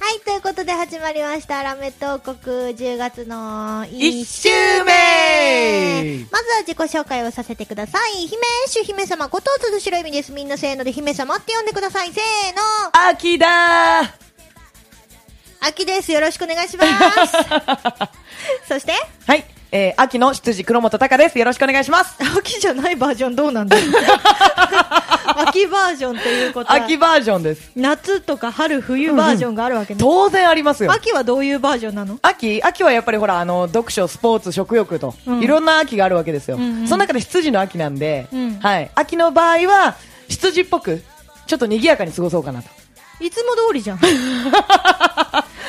はい、ということで始まりました。ラメット王国10月の1週目まずは自己紹介をさせてください。姫主姫様ことつずしろ意味です。みんなせーので姫様って呼んでください。せーの秋だー秋です。よろしくお願いし ます。そしてはい、えー、秋の羊黒本隆です。よろしくお願いします。秋じゃないバージョンどうなんだ 秋バージョンということは秋バージョンです。夏とか春冬バージョンがあるわけね。当然ありますよ。秋はどういうバージョンなの秋秋はやっぱりほら、あの、読書、スポーツ、食欲と、うんいろんな秋があるわけですよ。うんうんその中で羊の秋なんで、うんはい。秋の場合は、羊っぽく、ちょっと賑やかに過ごそうかなと。いつも通りじ ゃん。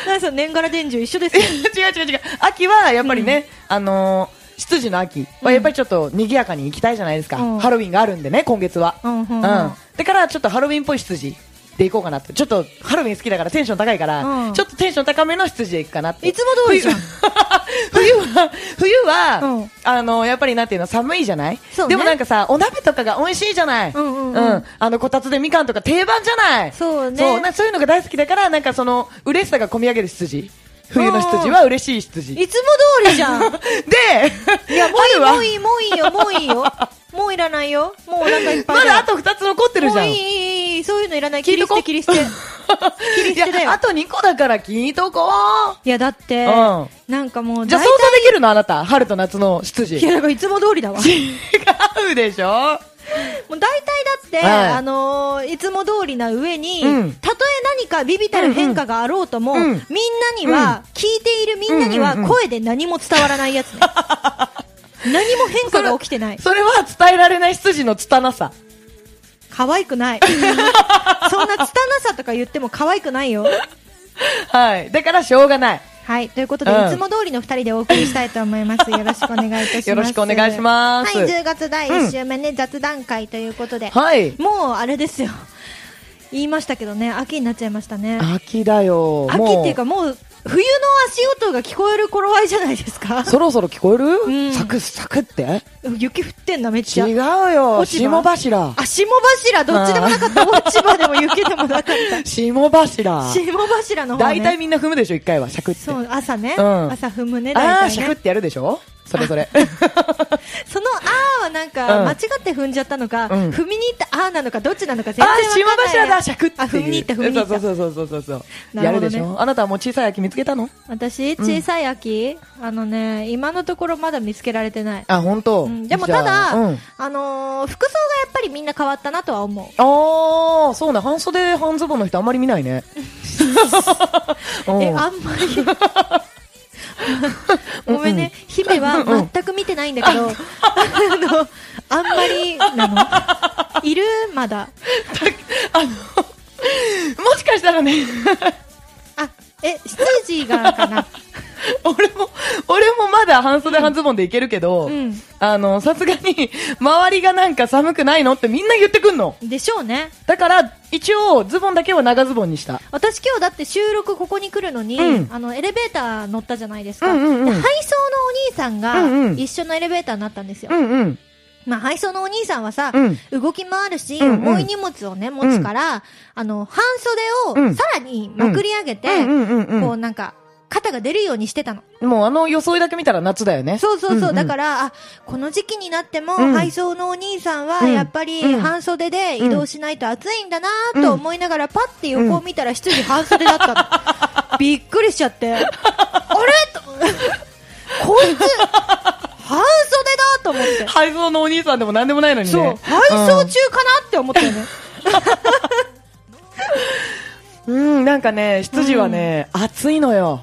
何その年がら伝授一緒ですよ。 違う違う違う。秋はやっぱりね、あのー、羊の秋はやっぱりちょっと賑やかに行きたいじゃないですか。うんハロウィンがあるんでね、今月は。うんうんうんだからちょっとハロウィンっぽい羊で行こうかなって。ちょっとハロウィン好きだからテンション高いから、うんちょっとテンション高めの羊で行くかなって。いつも通りじゃん冬冬は、冬は、うんあのー、やっぱりなんていうの、寒いじゃない、そうねでもなんかさ、お鍋とかが美味しいじゃないうんうんうんあの、こたつでみかんとか定番じゃないそうねそうなそういうのが大好きだから、なんかその、嬉しさが込み上げる羊。冬の羊は嬉しい羊。 で、いつも通りじ ゃん。もいや、もういい、もういいよ、もういいよ。もういらないよ。もうお腹いっぱいまだあとと2つ残ってるじゃん。も ういいいい、いい、そういうのいらない。聞切いりと捨こて、切り捨て。切り捨てだいよや、あと2個だから聞いとこう。いや、だって、うんなんかもう、じゃあ大想像できるのあなた。春と夏の羊。いや、違だからいつも通りだわ。もうでしょう大体だって、はいあのーいつも通りな上に、うんたとえ何かビビたる変化があろうとも、うんうんみんなには、聞いているみんなには、うんうんうん声で何も伝わらないやつね。何も変化が起きてない。それは伝えられない羊の拙さ。可愛くない。そんな拙さとか言っても可愛くないよ。はい。だからしょうがない。はい。ということで、うんいつも通りの二人でお送りしたいと思い ます。よろしくお願いいたします。よろしくお願いしますはい。10月第1週目ね、雑談会ということで。はい。もうあれですよ。言いましたけどね、秋になっちゃいましたね。秋だよ。秋もっていうかもう、冬の足音が聞こえる頃合いじゃないですか。そろそろ聞こえる、んサクサクって雪降ってんな、めっちゃ違う。よ。落ち霜葉柱。あ、霜柱、どっちでもなかった。落ち葉でも雪でもな かった。霜柱。霜柱の方大ね。体みんな踏むでしょ、一回は。シャクって。そう、朝ね。うん朝踏むね、ああ、大シャ体クっね。てやるでしょそれぞれ。そのあーはなんか、うん間違って踏んじゃったのか、うん踏みに行ったあーなのか、どっちなのか全然あわかんー、ない。霜柱だ、シャクっていあ、う。踏みに行った、踏みに行った。そうそうそうそうそうそう。なるやほるどねでしょあなたはもう小さい秋見つけたの私、小さい秋、あのね、今のところまだ見つけられてない。あ、本当。うんでもただ、じゃあうんあのー服装がやっぱりみんな変わったなとは思う。あー、そうね。半袖、半ズボンの人あんまり見ないね。う んえ、あんまり。ごめんね、姫は全く見てないんだけど、あの、あんまりなの。いるまだ。あの、 もしかしたらね、あ、え、羊がかな。 俺も、俺もまだ半袖半ズボンでいけるけど、うんあの、さすがに、周りがなんか寒くないのってみんな言ってくんの。でしょうね。だから、一応、ズボンだけは長ズボンにした。私今日だって収録ここに来るのに、うんあのエレベーター乗ったじゃないですか、うんうんうんで配送のお兄さんうんがうん一緒のエレベーターになったんですよ、うんうん。まあ、配送のお兄さんはさ、うん動き回るし、うんうん重い荷物をね持つから、あの半袖うをんさらにまくり上げて、うんうんうんこうなんか肩が出るようにしてたのうん。もうあの装いだけ見たら夏だよね。そうそうそう、んんだから、あ、この時期になっても、うん配送のお兄さんは、うんやっぱり、うん半袖で移動しないと暑いんだなぁと思いながら、パッて横を見たら、羊半袖だった の。びっくりしちゃって。あれと、こいつ、半袖だと思って。配送のお兄さんでも何でもないのにね。そう、配送中かなって思ったよね。うん、うん、なんかね、羊はね、暑いのよ。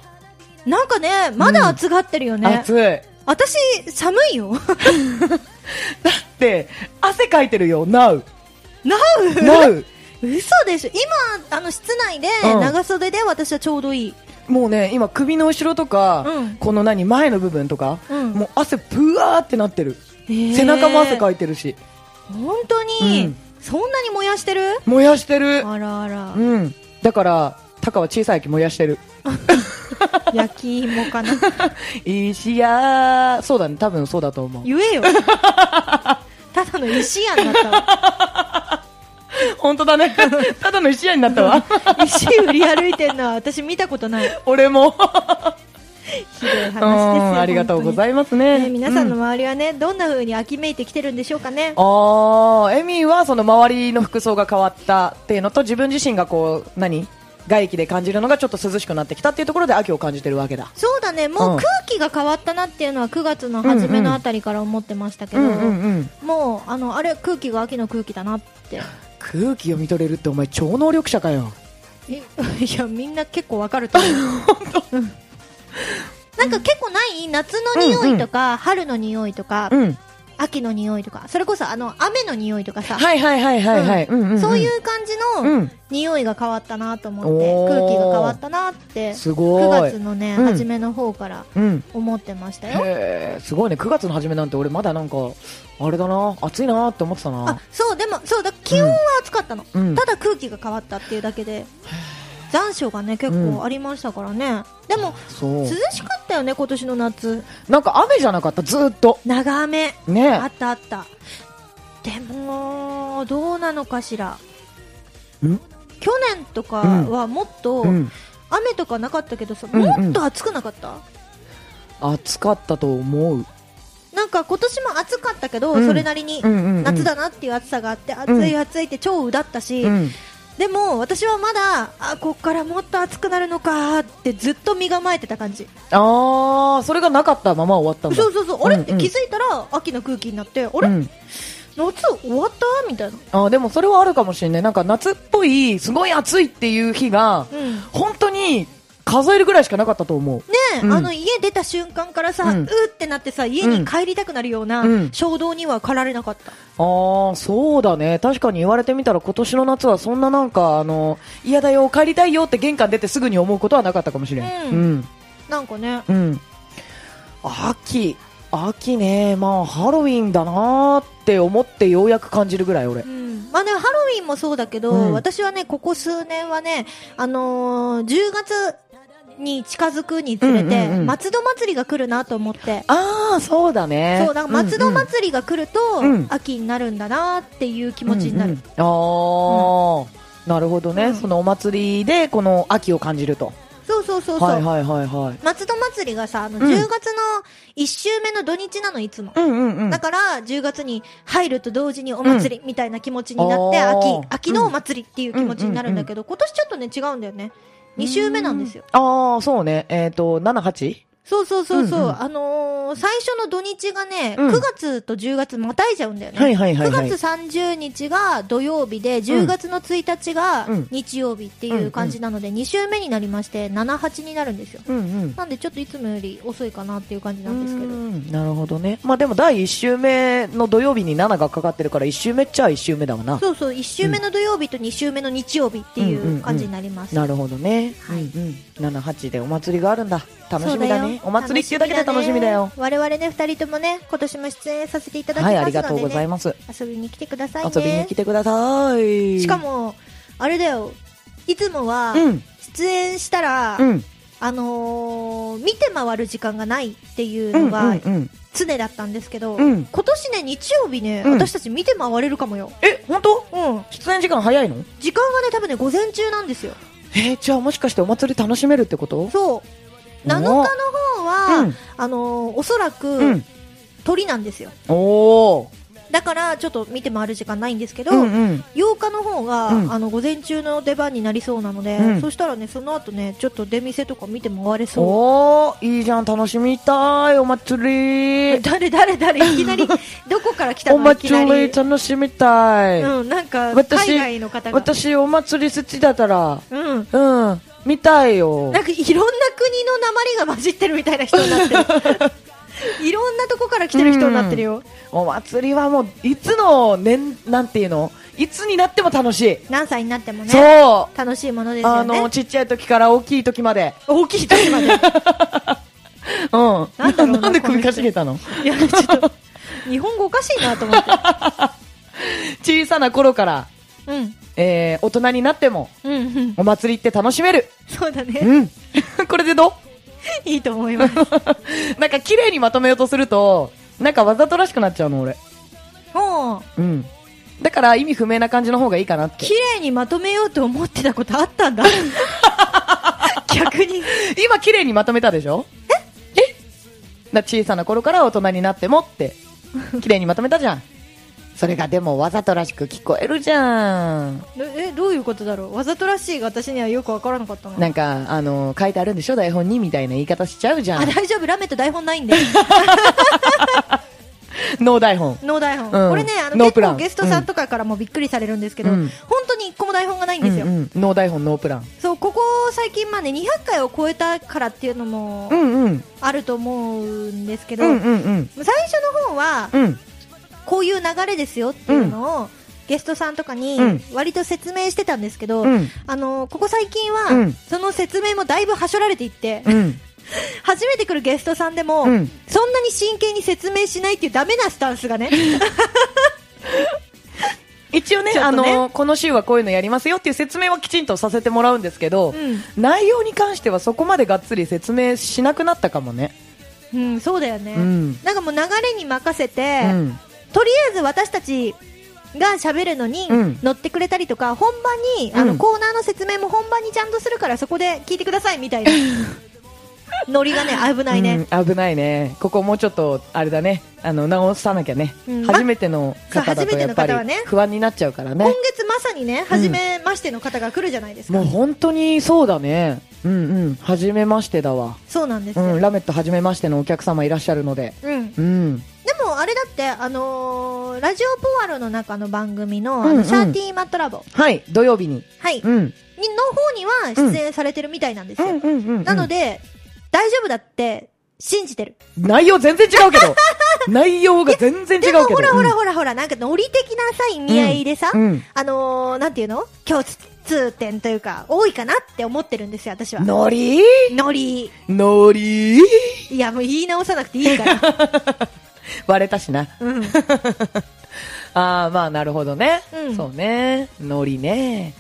なんかね、まだ暑がってるよね。暑い。だ私、寒いよ。って、汗かいてるよ、なう。なう なう嘘でしょ今あの室内でうん長袖で私はちょうどいい、もうね今首の後ろとか、うんこの何前の部分とか、うんもう汗ぷわーってなってる、へー背中も汗かいてるし本当に、うんそんなに燃やしてる燃やしてるあらあらうんだからタカは小さい駅燃やしてる焼き芋かな石やそうだね多分そうだと思う言 えよただの石やんだったわ本当 だねただの石屋になったわ石売り歩いてんのは私見たことない俺もひどい話ですようんありがとうございいますね皆さんのう周りはね、どんな風に秋めいてきてるんでしょうかねああエミはその周りの服装が変わったっていうのと自分自身がこう何外気で感じるのがちょっと涼しくなってきたっていうところで秋を感じてるわけだそうだねもううん空気が変わったなっていうのは9月の初めのあたりから思ってましたけど、うんもうあのあれ空気が秋の空気だなって空気読み取れるってお前超能力者かよえ いやみんな結構わかると 思ううんなんか結構ない夏の匂いとか、春の匂いとか、うん秋の匂いとかそれこそあの雨の匂いとかさ、はいはいはいはいはい、うんうんうんそういう感じうのん匂いが変わったなと思って、おー空気が変わったなってす9ごい月のね、うん初めの方からうん思ってましたよへーすごいね9月の初めなんて俺まだなんかあれだな暑いなって思ってたあなそうでもそうだ気温は暑かったの、うんただ空気が変わったっていうだけで残暑がね結構ありましたからね、でもそう涼しかったよね今年の夏なんか雨じゃなかったずーっと長雨あねったあったでもどうなのかしらん去年とかはもっとうん雨とかなかったけどさ、うんうんもっと暑くなかった、暑かったと思うなんか今年も暑かったけど、うんそれなりにうんうんうん夏だなっていう暑さがあって、ん暑い暑いって超うだったし、うんでも私はまだあこっからもっと暑くなるのかってずっと身構えてた感じああそれがなかったまま終わったんだそうそうそうあれってうんうん気づいたら秋の空気になってあれ、うん夏終わったみたいなあーでもそれはあるかもしれないなんか夏っぽいすごい暑いっていう日が、うん本当に数えるぐらいしかなかったと思うねえ、うんあの家出た瞬間からさ、ううんーってなってさ家に帰りたくなるようなうん衝動には駆られなかった、ああそうだね確かに言われてみたら今年の夏はそんななんかあの嫌だよ帰りたいよって玄関出てすぐに思うことはなかったかもしれんううんんなんかねうん、秋秋ねまあハロウィンだなーって思ってようやく感じるぐらい俺うん、まあね、ハロウィンもそうだけど、うん私はね、ここ数年はね、あのー10月に近づくにつれて、うんうんうん松戸祭りが来るなと思って、ああそうだねそう、なんか松戸祭りが来ると、うん秋になるんだなっていう気持ちになる。うんうんああ、なるほどね、うんそのお祭りでこの秋を感じるとそうそうそうそう。はいはいはいはい松戸祭りがさ、あの、うん10月の1週目の土日なの、いつも。うんうんうんだから、10月に入ると同時にお祭りみたいな気持ちになって、あー秋、秋のお祭りっていう気持ちになるんだけど、今年ちょっとね、違うんだよね。2週目なんですよ。ああそうねえっ、と 78? そうそうそうそう、うんうんあのー最初の土日がね、うん9月と10月またいじゃうんだよね。はいはいはいはい9月30日が土曜日で、10月の1日がうん日曜日っていう感じなので、2週目になりまして、7、8になるんですよ。うんうんなんでちょっといつもより遅いかなっていう感じなんですけうど。んなるほどねまあでも第1週目の土曜日に7がかかってるから1週目っちゃ1週目だわなそうそう、1週目の土曜日と2週目の日曜日っていう感じになります。なるほどね、はいうんうん、78でお祭りがあるんだ楽しみそうだよねお祭りっていうだけで楽しみだよ。我々ね、二人ともね、今年も出演させていただきまはすいので、ねありがとうございます、遊びに来てくださいね。遊びに来てくださいしかも、あれだよ、いつもは、うん出演したら、うんあのー見て回る時間がないっていうのうんうがんうん常だったんですけど、うん今年ね、日曜日ね、うん私たち見て回れるかもよ。え本当うん。出演時間早いの時間がね、多分ね、午前中なんですよ。えーじゃあもしかしてお祭り楽しめるってことそう。7日の方は、うんあのーおそらく、うん鳥なんですよ。おーだから、ちょっと見て回る時間ないんですけど、うんうん8日の方が、うんあの午前中の出番になりそうなので、うんそしたらねその後ねちょっと出店とか見て回れそうおーいいじゃん楽しみたいお祭り 誰誰誰いき なりどこから来たおのいきな祭りり楽しみたい、うんなんか私海外の方が私お祭り好きだからうんうん見たいよなんかいろんな国の鉛が混じってるみたいな人にな ってるいろんなとこから来てる人になってるよお祭りはもういつの年なんていうのいつになっても楽しい、何歳になってもね。そう楽しいものですあよのね。ちっちゃい時から大きい時まで大きい時 まで。うんなんだろうななんでこの首人かしげたのいや、ちょっと、日本語おかしいなと思って。小さな頃から、うん。えー、大人になってもうんうん。お祭りって楽しめるそうだね。うん これでどういいと思い ます。なんか綺麗にまとめようとするとなんかわざとらしくなっちゃうの俺もう、うんだから意味不明な感じの方がいいかなって綺麗にまとめようと思ってたことあったん だ。逆に。今綺麗にまとめたでしょえだ小さな頃から大人になってもって 綺麗にまとめたじゃんそれがでもわざとらしく聞こえるじゃんえ、どういうことだろうわざとらしいが私にはよくわからなかったなんかあの書いてあるんでしょ台本にみたいな言い方しちゃうじゃあ、ん大丈夫。ラメット台本ないんで。ノー台本ノー台本。うんこれね、あの、ノー結プラン構ゲストさんとかからもびっくりされるんですけど、うん本当に一個も台本がないんですよ。うんうんノー台本ノープランそう、ここ最近まで200回を超えたからっていうのもうんうんあると思うんですけうど、んうんうん最初の方は、うんこういう流れですよっていうのを、ゲストさんとかにうん割と説明してたんですけど、うんあのここ最近は、うんその説明もだいぶはしょられていって、うん初めて来るゲストさんでも、うんそんなに真剣に説明しないっていうダメなスタンスがね一応ねちょっあとねのこの週はこういうのやりますよっていう説明はきちんとさせてもらうんですけど、う内容に関してはそこまでがっつり説明しなくなったかもねうん、そうだよね、うんなんかもう流れに任せうて、んとりあえず私たちが喋るのにうん乗ってくれたりとか、本番に、あうのんコーナーの説明も本番にちゃんとするからそこで聞いてくださいみたい なノリがね危ないね、うん危ないねここもうちょっとあれだねあの直さなきゃね、うん初めての方だそう初めとてやっのぱり方はね不安になっちゃうからね今月まさにね初めましての方が来るじゃないですか、もう本当にそうだねうんうん初めましてだわそうなんですうよ、ん、ラメット初めましてのお客様いらっしゃるので、うんうん、でもあれだって、あのーラジオポワロの中の番組の、あのうんうんシャーティーマットラボ、はい、土曜日に、はい、にのうん、方には出演されてるみたいなんですよ。んうんなの、で、大丈夫だって信じてる。内容全然違うけど、内容が全然違うでけもど、ほらほらほらほら、なんかノリ的なさ、意味合いでさ、うんうんあのーなんていうの共通点というか、多いかなって思ってるんですよ、私は。のりノリ。のりいや、もう言い直さなくていい から。割れたしな。うん。ああ、まあなるほどね。うんそうね。のりね。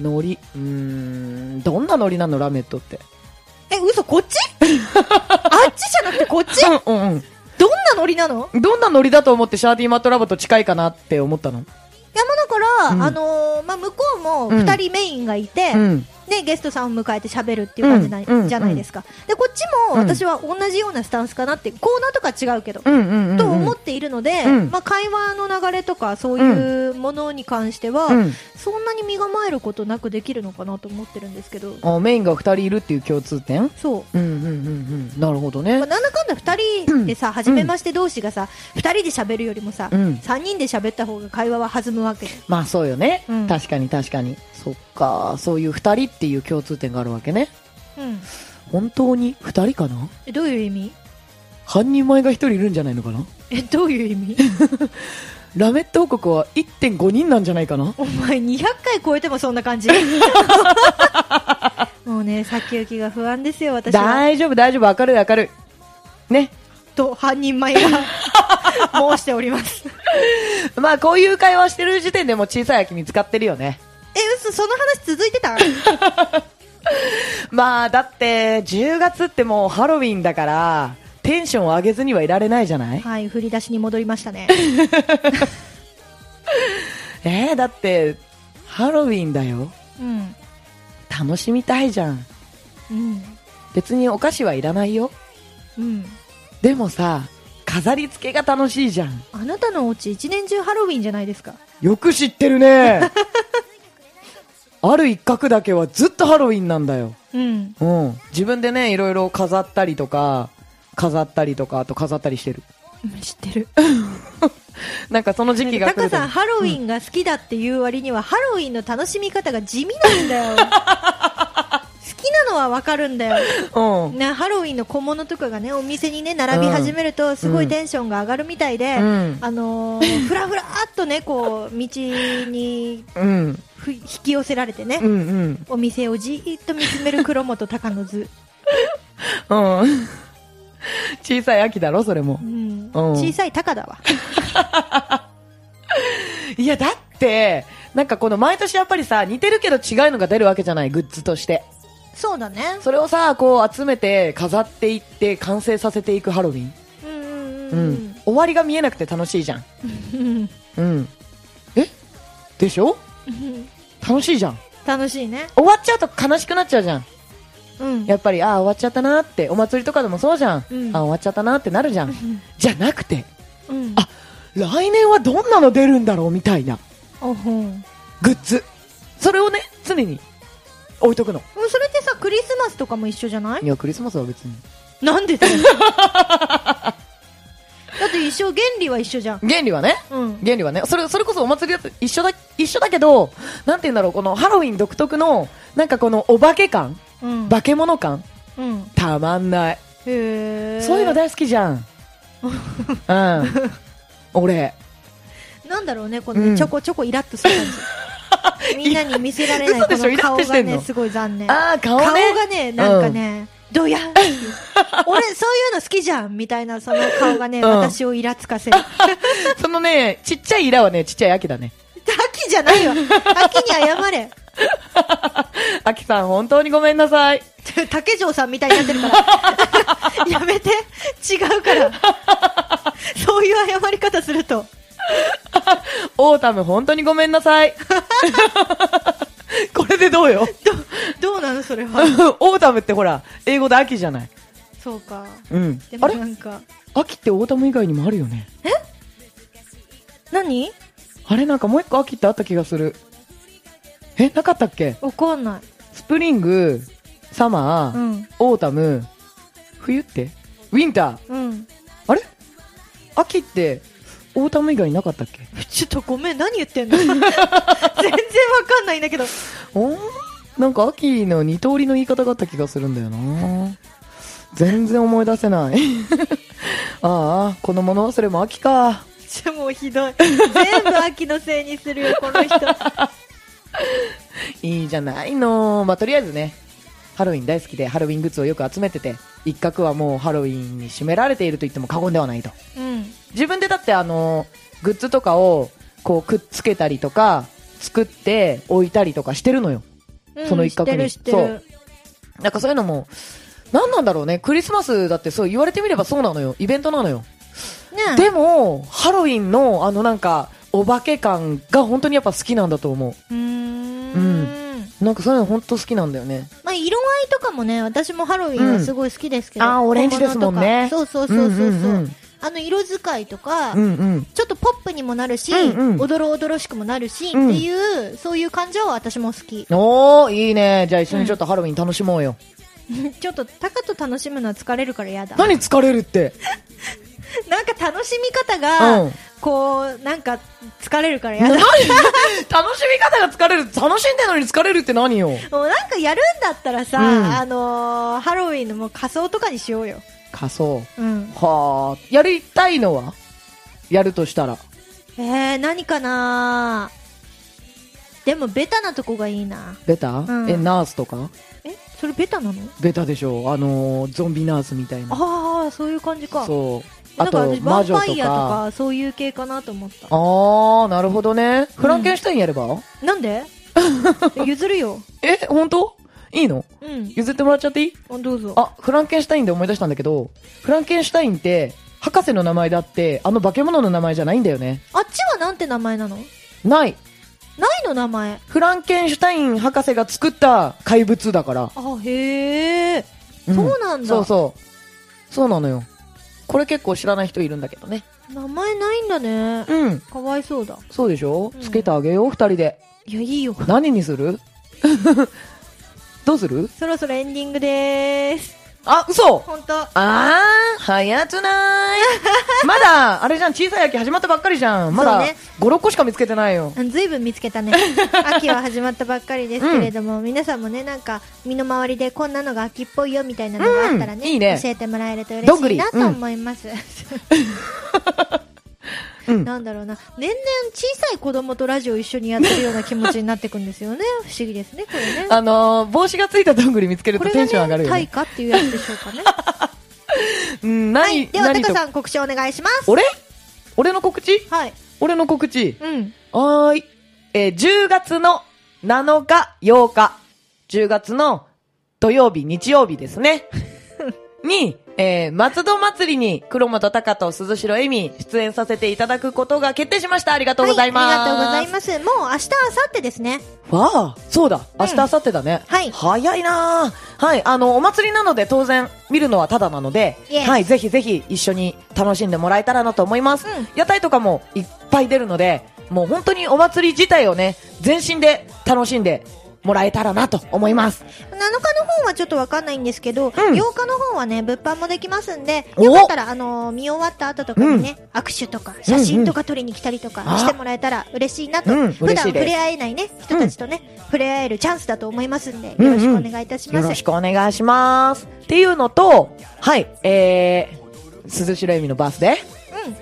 のり。うーん、どんなのりなの、ラメットって。え、嘘、こっち あっちじゃなくてこっ ちうんうんどんなノリなのうん。どんなノリだと思ってシャーティーマットラボと近いかなって思ったの山だから、うんあのーまあ、向こうもうん2人メインがいて、うん。でゲストさんを迎えて喋るっていう感じな、うんじゃないですか、でこっちもうん私は同じようなスタンスかなってコーナーとか違うけど、うんうんうんうん。と思っているので、うんまあ、会話の流れとかそういうものに関しては、うんそんなに身構えることなくできるのかなと思ってるんですけどあメインが2人いるっていう共通点そう。うんうんうんうんなるほどまねあなんだかんだ2人でさ、初めまして同士がさ、2人で喋るよりもさ、うん3人で喋った方が会話は弾むわけでまあそうよね、うん確かに確かにそっかそういう2人っていう共通点があるわけねうん本当に2人かなえどういう意味半人前が1人いるんじゃないのかなえ、どういう意味ラメット王国は1.5人なんじゃないかな お前200回超えてもそんな感 じもうね、先行きが不安ですよ、私は。大丈夫大丈夫明るい明るいねと、半人前 が申しております。え、まあこういう会話してる時点でもう小さい秋見つかってるよね嘘、その話続いて たまあだって10月ってもうハロウィンだからテンションを上げずにはいられないじゃないはい、振り出しに戻りましたね。えー、だってハロウィンだようん。楽しみたいじゃんうん。別にお菓子はいらないようん。でもさ飾り付けが楽しいじゃんあなたのお家一年中ハロウィンじゃないですか。よく知ってる ねある一角だけはずっとハロウィンなんだよ、うん。うん、自分でねいろいろ飾ったりとか飾ったりとかあと飾ったりしてる知ってる。なんかその時期がタ来るカとさん、ハロウィンが好き だっていう割には、ハロウィンの楽しみ方が地味なんだよ。好きなのはわかるんだよ。うん。ね、ハロウィンの小物とかがねお店にね並び始めるとすごいテンションが上がるみたいで、うんあのーふらふらっとねこう道にうん。ふ引き寄せられてね、うんうん。お店をじーっと見つめる黒本隆の図、うん。 小さい秋だろ、それもう。ん、うん小さい鷹だわいや、だって、なんかこの毎年やっぱりさ、似てるけど違うのが出るわけじゃない、グッズとして。そうだねそれをさ、こう集めて、飾っていって、完成させていくハロウィン。うんうんう。うんん終わりが見えなくて楽しいじゃん。うんうん。えでしょうん楽しいじゃん。 楽しいね終わっちゃうと悲しくなっちゃうじゃん。うんやっぱり、ああ、終わっちゃったなって、お祭りとかでもそうじゃん。うんああ、終わっちゃったなってなるじゃん。じゃなくて、うんあ来年はどんなの出るんだろうみたいなおほんグッズ。それをね、常に置いとくの。うんそれってさクリスマスとかも一緒じゃないいや、クリスマスは別に。なんでだ よだって一生原理は一緒じゃん原理はね、うん原理はね、それ、それこそお祭りだと一緒だ、一緒だけど、なんて言うんだろう、このハロウィン独特の、なんかこのお化け感、うん化け物感、うん、たまんない。へえそういうの大好きじ ゃん。うん。俺。なんだろうねこうんのちょこちょこイラッとする感 じみんなに見せられない嘘こでしょの顔イラッとしてがんのねすごい残念ああ、顔顔ね。がねなんかね、どや 俺そういうの好きじゃんみたいなその顔がね、うん私をイラつかせる そのね、ちっちゃいイラはね、ちっちゃい秋だね。秋じゃないよ秋に謝れ秋さん、本当にごめんなさい。 竹城さんみたいになってるから やめて違う からそういう謝り方するとオータム、本当にごめんな さい。これでどうよ どどうなのそれはオータムってほら、英語で秋じゃない。そうかうんで。もあれなんか秋ってオータム以外にもあるよね。何あれなんかもう一個秋ってあった気がする。え、なかったっけわかんないスプリング、サマー、うんオータム、冬ってウィンター。うんあれ秋って、オータム以外になかったっけちょっとごめん、何言ってん の全然わかんないんだけど。おーなんか秋の二通りの言い方があった気がするんだよな全然思い出せない ああこの物忘れも秋かちょ、もうひどい。全部秋のせいにするよ、この 人。いいじゃないのまあとりあえずねハロウィン大好きでハロウィングッズをよく集めてて一角はもうハロウィンに占められていると言っても過言ではないとうん。自分でだってあのグッズとかをこうくっつけたりとか作って置いたりとかしてるのようんその一角に知ってる、知ってる。なんかそういうのも何なんだろうねクリスマスだってそう言われてみればそうなのよイベントなのよねえでも、ハロウィンのあのなんか、お化け感が本当にやっぱ好きなんだと思うーんう。なんかそういうの本当好きなんだよね。まあ、色合いとかもね、私もハロウィンはすごい好きですけど。うんあーオレンジですもんね本物とかそうそうそうそう。うんうんうんあの、色使いとか、うんうん。ちょっとポップにもなるし、うんうんおどろおどろしくもなるし、うんっていう、そういう感情は私も好き。 おー、いいね。じゃあ一緒にちょっとハロウィン楽しもうよ。ちょっと、タカと楽しむのは疲れるからやだ。何疲れるって。なんか楽しみ方うがん、こう、なんか疲れるからやだ。 楽しみ方が疲れる。楽しんでるのに疲れるって何よ。もうなんかやるんだったらさ、うんあのーハロウィンのもう仮装とかにしようよ。仮装。うん。はー。やりたいのはやるとしたら。えー、何かなでもベタなとこがいいな。ベタ、うんえ、ナースとかえ、それベタなのベタでしょ。あのー、ゾンビナースみたいな。ああ、そういう感じか。そう。なあんかと私、、ヴ魔ァン女パとイアとか。か、そういう系かなと思った。あー、なるほどね。フランケンシュタインやれば、なん で譲るよ。え、本当いいのうん。譲ってもらっちゃっていいあどうぞ。あ、フランケンシュタインで思い出したんだけど、フランケンシュタインって、博士の名前だって、あの化け物の名前じゃないんだよね。あっちはなんて名前なのない。ないの名前。フランケンシュタイン博士が作った怪物だから。あ、へえ。うんそうなんだ。そうそう。そうなのよ。これ結構知らない人いるんだけどね。名前ないんだね。うん。かわいそうだ。そうでしょうんつけてあげよう、二人で。いや、いいよ。何にする どうするそろそろエンディングでーす。あ、嘘ほんと。あー、早く ないまだ、あれじゃん、小さい秋始まったばっかりじゃん。まだ、そうね5、6個しか見つけてないよ。あずいぶん見つけた ね秋は始まったばっかりですけれども、皆さんもねなんか身の回りでこんなのが秋っぽいよみたいなのがあったらね,、うんいいね教えてもらえるとどんぐ嬉しいりなと思います、う んなんだろうな年々小さい子供とラジオ一緒にやってるような気持ちになってくんですよね 不思議ですねこれねあのー、帽子がついたどんぐり見つけることれテンションが上がるねよ、対ね。価っていうやつでしょう かねうはん、何、いではタ何とカさん告知お願いします俺俺の告知はい俺の告知。うんはーい。えー10月の7日、8日、10月の土曜日、日曜日ですね。 に、えー松戸祭りに黒本隆と鈴代恵美出演させていただくことが決定しました。ありがとうございます。はい、ありがとうございますもう明日明後日ですねわあ、そうだ。明日、うん明後日だね。はい早いなあはい、あの、お祭りなので当然見るのはタダなので、 Yes はい、ぜひぜひ一緒に楽しんでもらえたらなと思います。うん屋台とかもいっぱい出るので、もう本当にお祭り自体をね、全身で楽しんでもらえたらなと思います。 7日の方はちょっとわかんないんですけど、8日の方はね、物販もできますんで、およかったら、あのー見終わった後とかにね、握手とか、写真とか撮りに来たりとかあしてもらえたら嬉しいなと、うん普段嬉し触いですれ合えないね、人たちとね、触れ合えるチャンスだと思いますんで、ようんうろんしくお願いいたします。よろしくお願いします。っていうのと、はい、えー、鈴代恵美のバースデ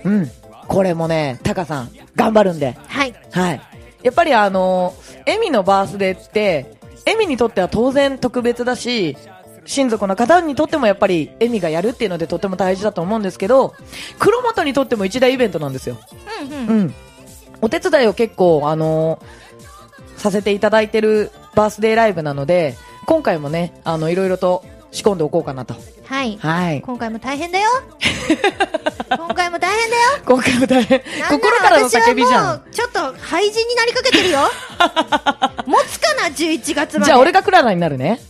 うん。ーうん。これもね、タカさん、頑張るんで。はい。はい。やっぱりあのエミのバースデーって、エミにとっては当然特別だし、親族の方にとってもやっぱりエミがやるっていうのでとても大事だと思うんですけど、黒本にとっても一大イベントなんですよ。うんうん。うん。お手伝いを結構、あのさせていただいてるバースデーライブなので、今回もね、あの、いろいろと仕込んでおこうかなと。はい。はい。今回も大変だよ。 今回も大変だよ。今回も大変。なん心なかららの私叫びじはゃもん。う、ちょっと廃人になりかけ てるよ。持つかな、11月まで。じゃあ俺がクララになるね。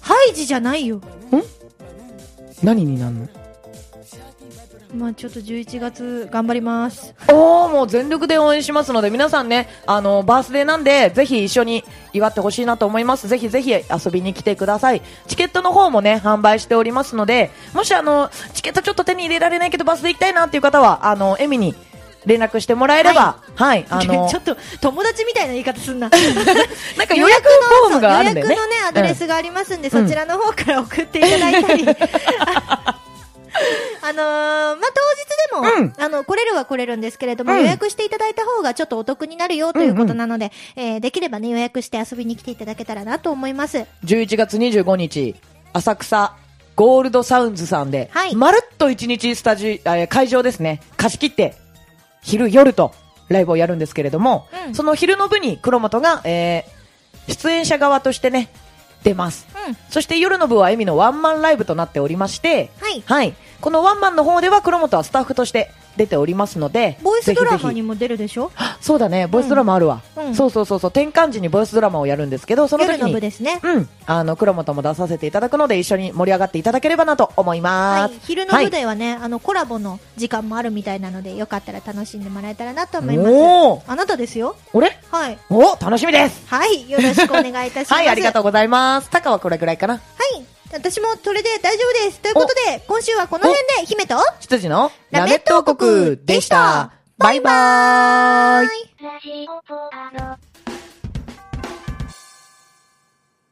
ハイジじゃないよ。何になるのまあちょっと11月頑張ります。おー、もう全力で応援しますので、皆さんね、あの、バースデーなんで、ぜひ一緒に祝ってほしいなと思います。ぜひぜひ遊びに来てください。チケットの方もね、販売しておりますので、もしあの、チケットちょっと手に入れられないけど、バースデー行きたいなっていう方は、あの、エミに連絡してもらえれば、はい、あの ちょ、っと友達みたいな言い方すんな。なんか予約フォームがあるんだよね。予約のね、アドレうんスがありますんで、そちらの方から送っていただいた り。あのーまあ、当日でも、うんあの、来れるは来れるんですけれども、うん予約していただいた方がちょっとお得になるよということなので、えーできればね、予約して遊びに来ていただけたらなと思います。 11月25日、浅草ゴールドサウンズさんで、はいまるっと1日スタジ、えー会場ですね、貸し切って、昼夜とライブをやるんですけれども、うんその昼の部に黒本が、えー出演者側としてね、出ます。うん。そして夜の部はエミのワンマンライブとなっておりまして、はいこのワンマンの方では黒本はスタッフとして出ておりますので、ボイスぜひドぜひラマにも出るでしょあそうだね、ボイスドラマあるわ。うんうんそうそうそうそう、転換時にボイスドラマをやるんですけど、その時に夜の部ですね。うん。あの、黒本も出させていただくので、一緒に盛り上がっていただければなと思いまはす。い、昼の部はいではね、あのコラボの時間もあるみたいなので、よかったら楽しんでもらえたらなと思います。おーあなたですよ。俺はい。お楽しみですはい、よろしくお願いい たします。はい、ありがとうございます。タカはこれぐらいかな。はい、私もそれで大丈夫です。ということで、今週はこの辺で、姫と、羊のララメメッットト王王国で国でししたた。バイバーイい。ラジオポアド。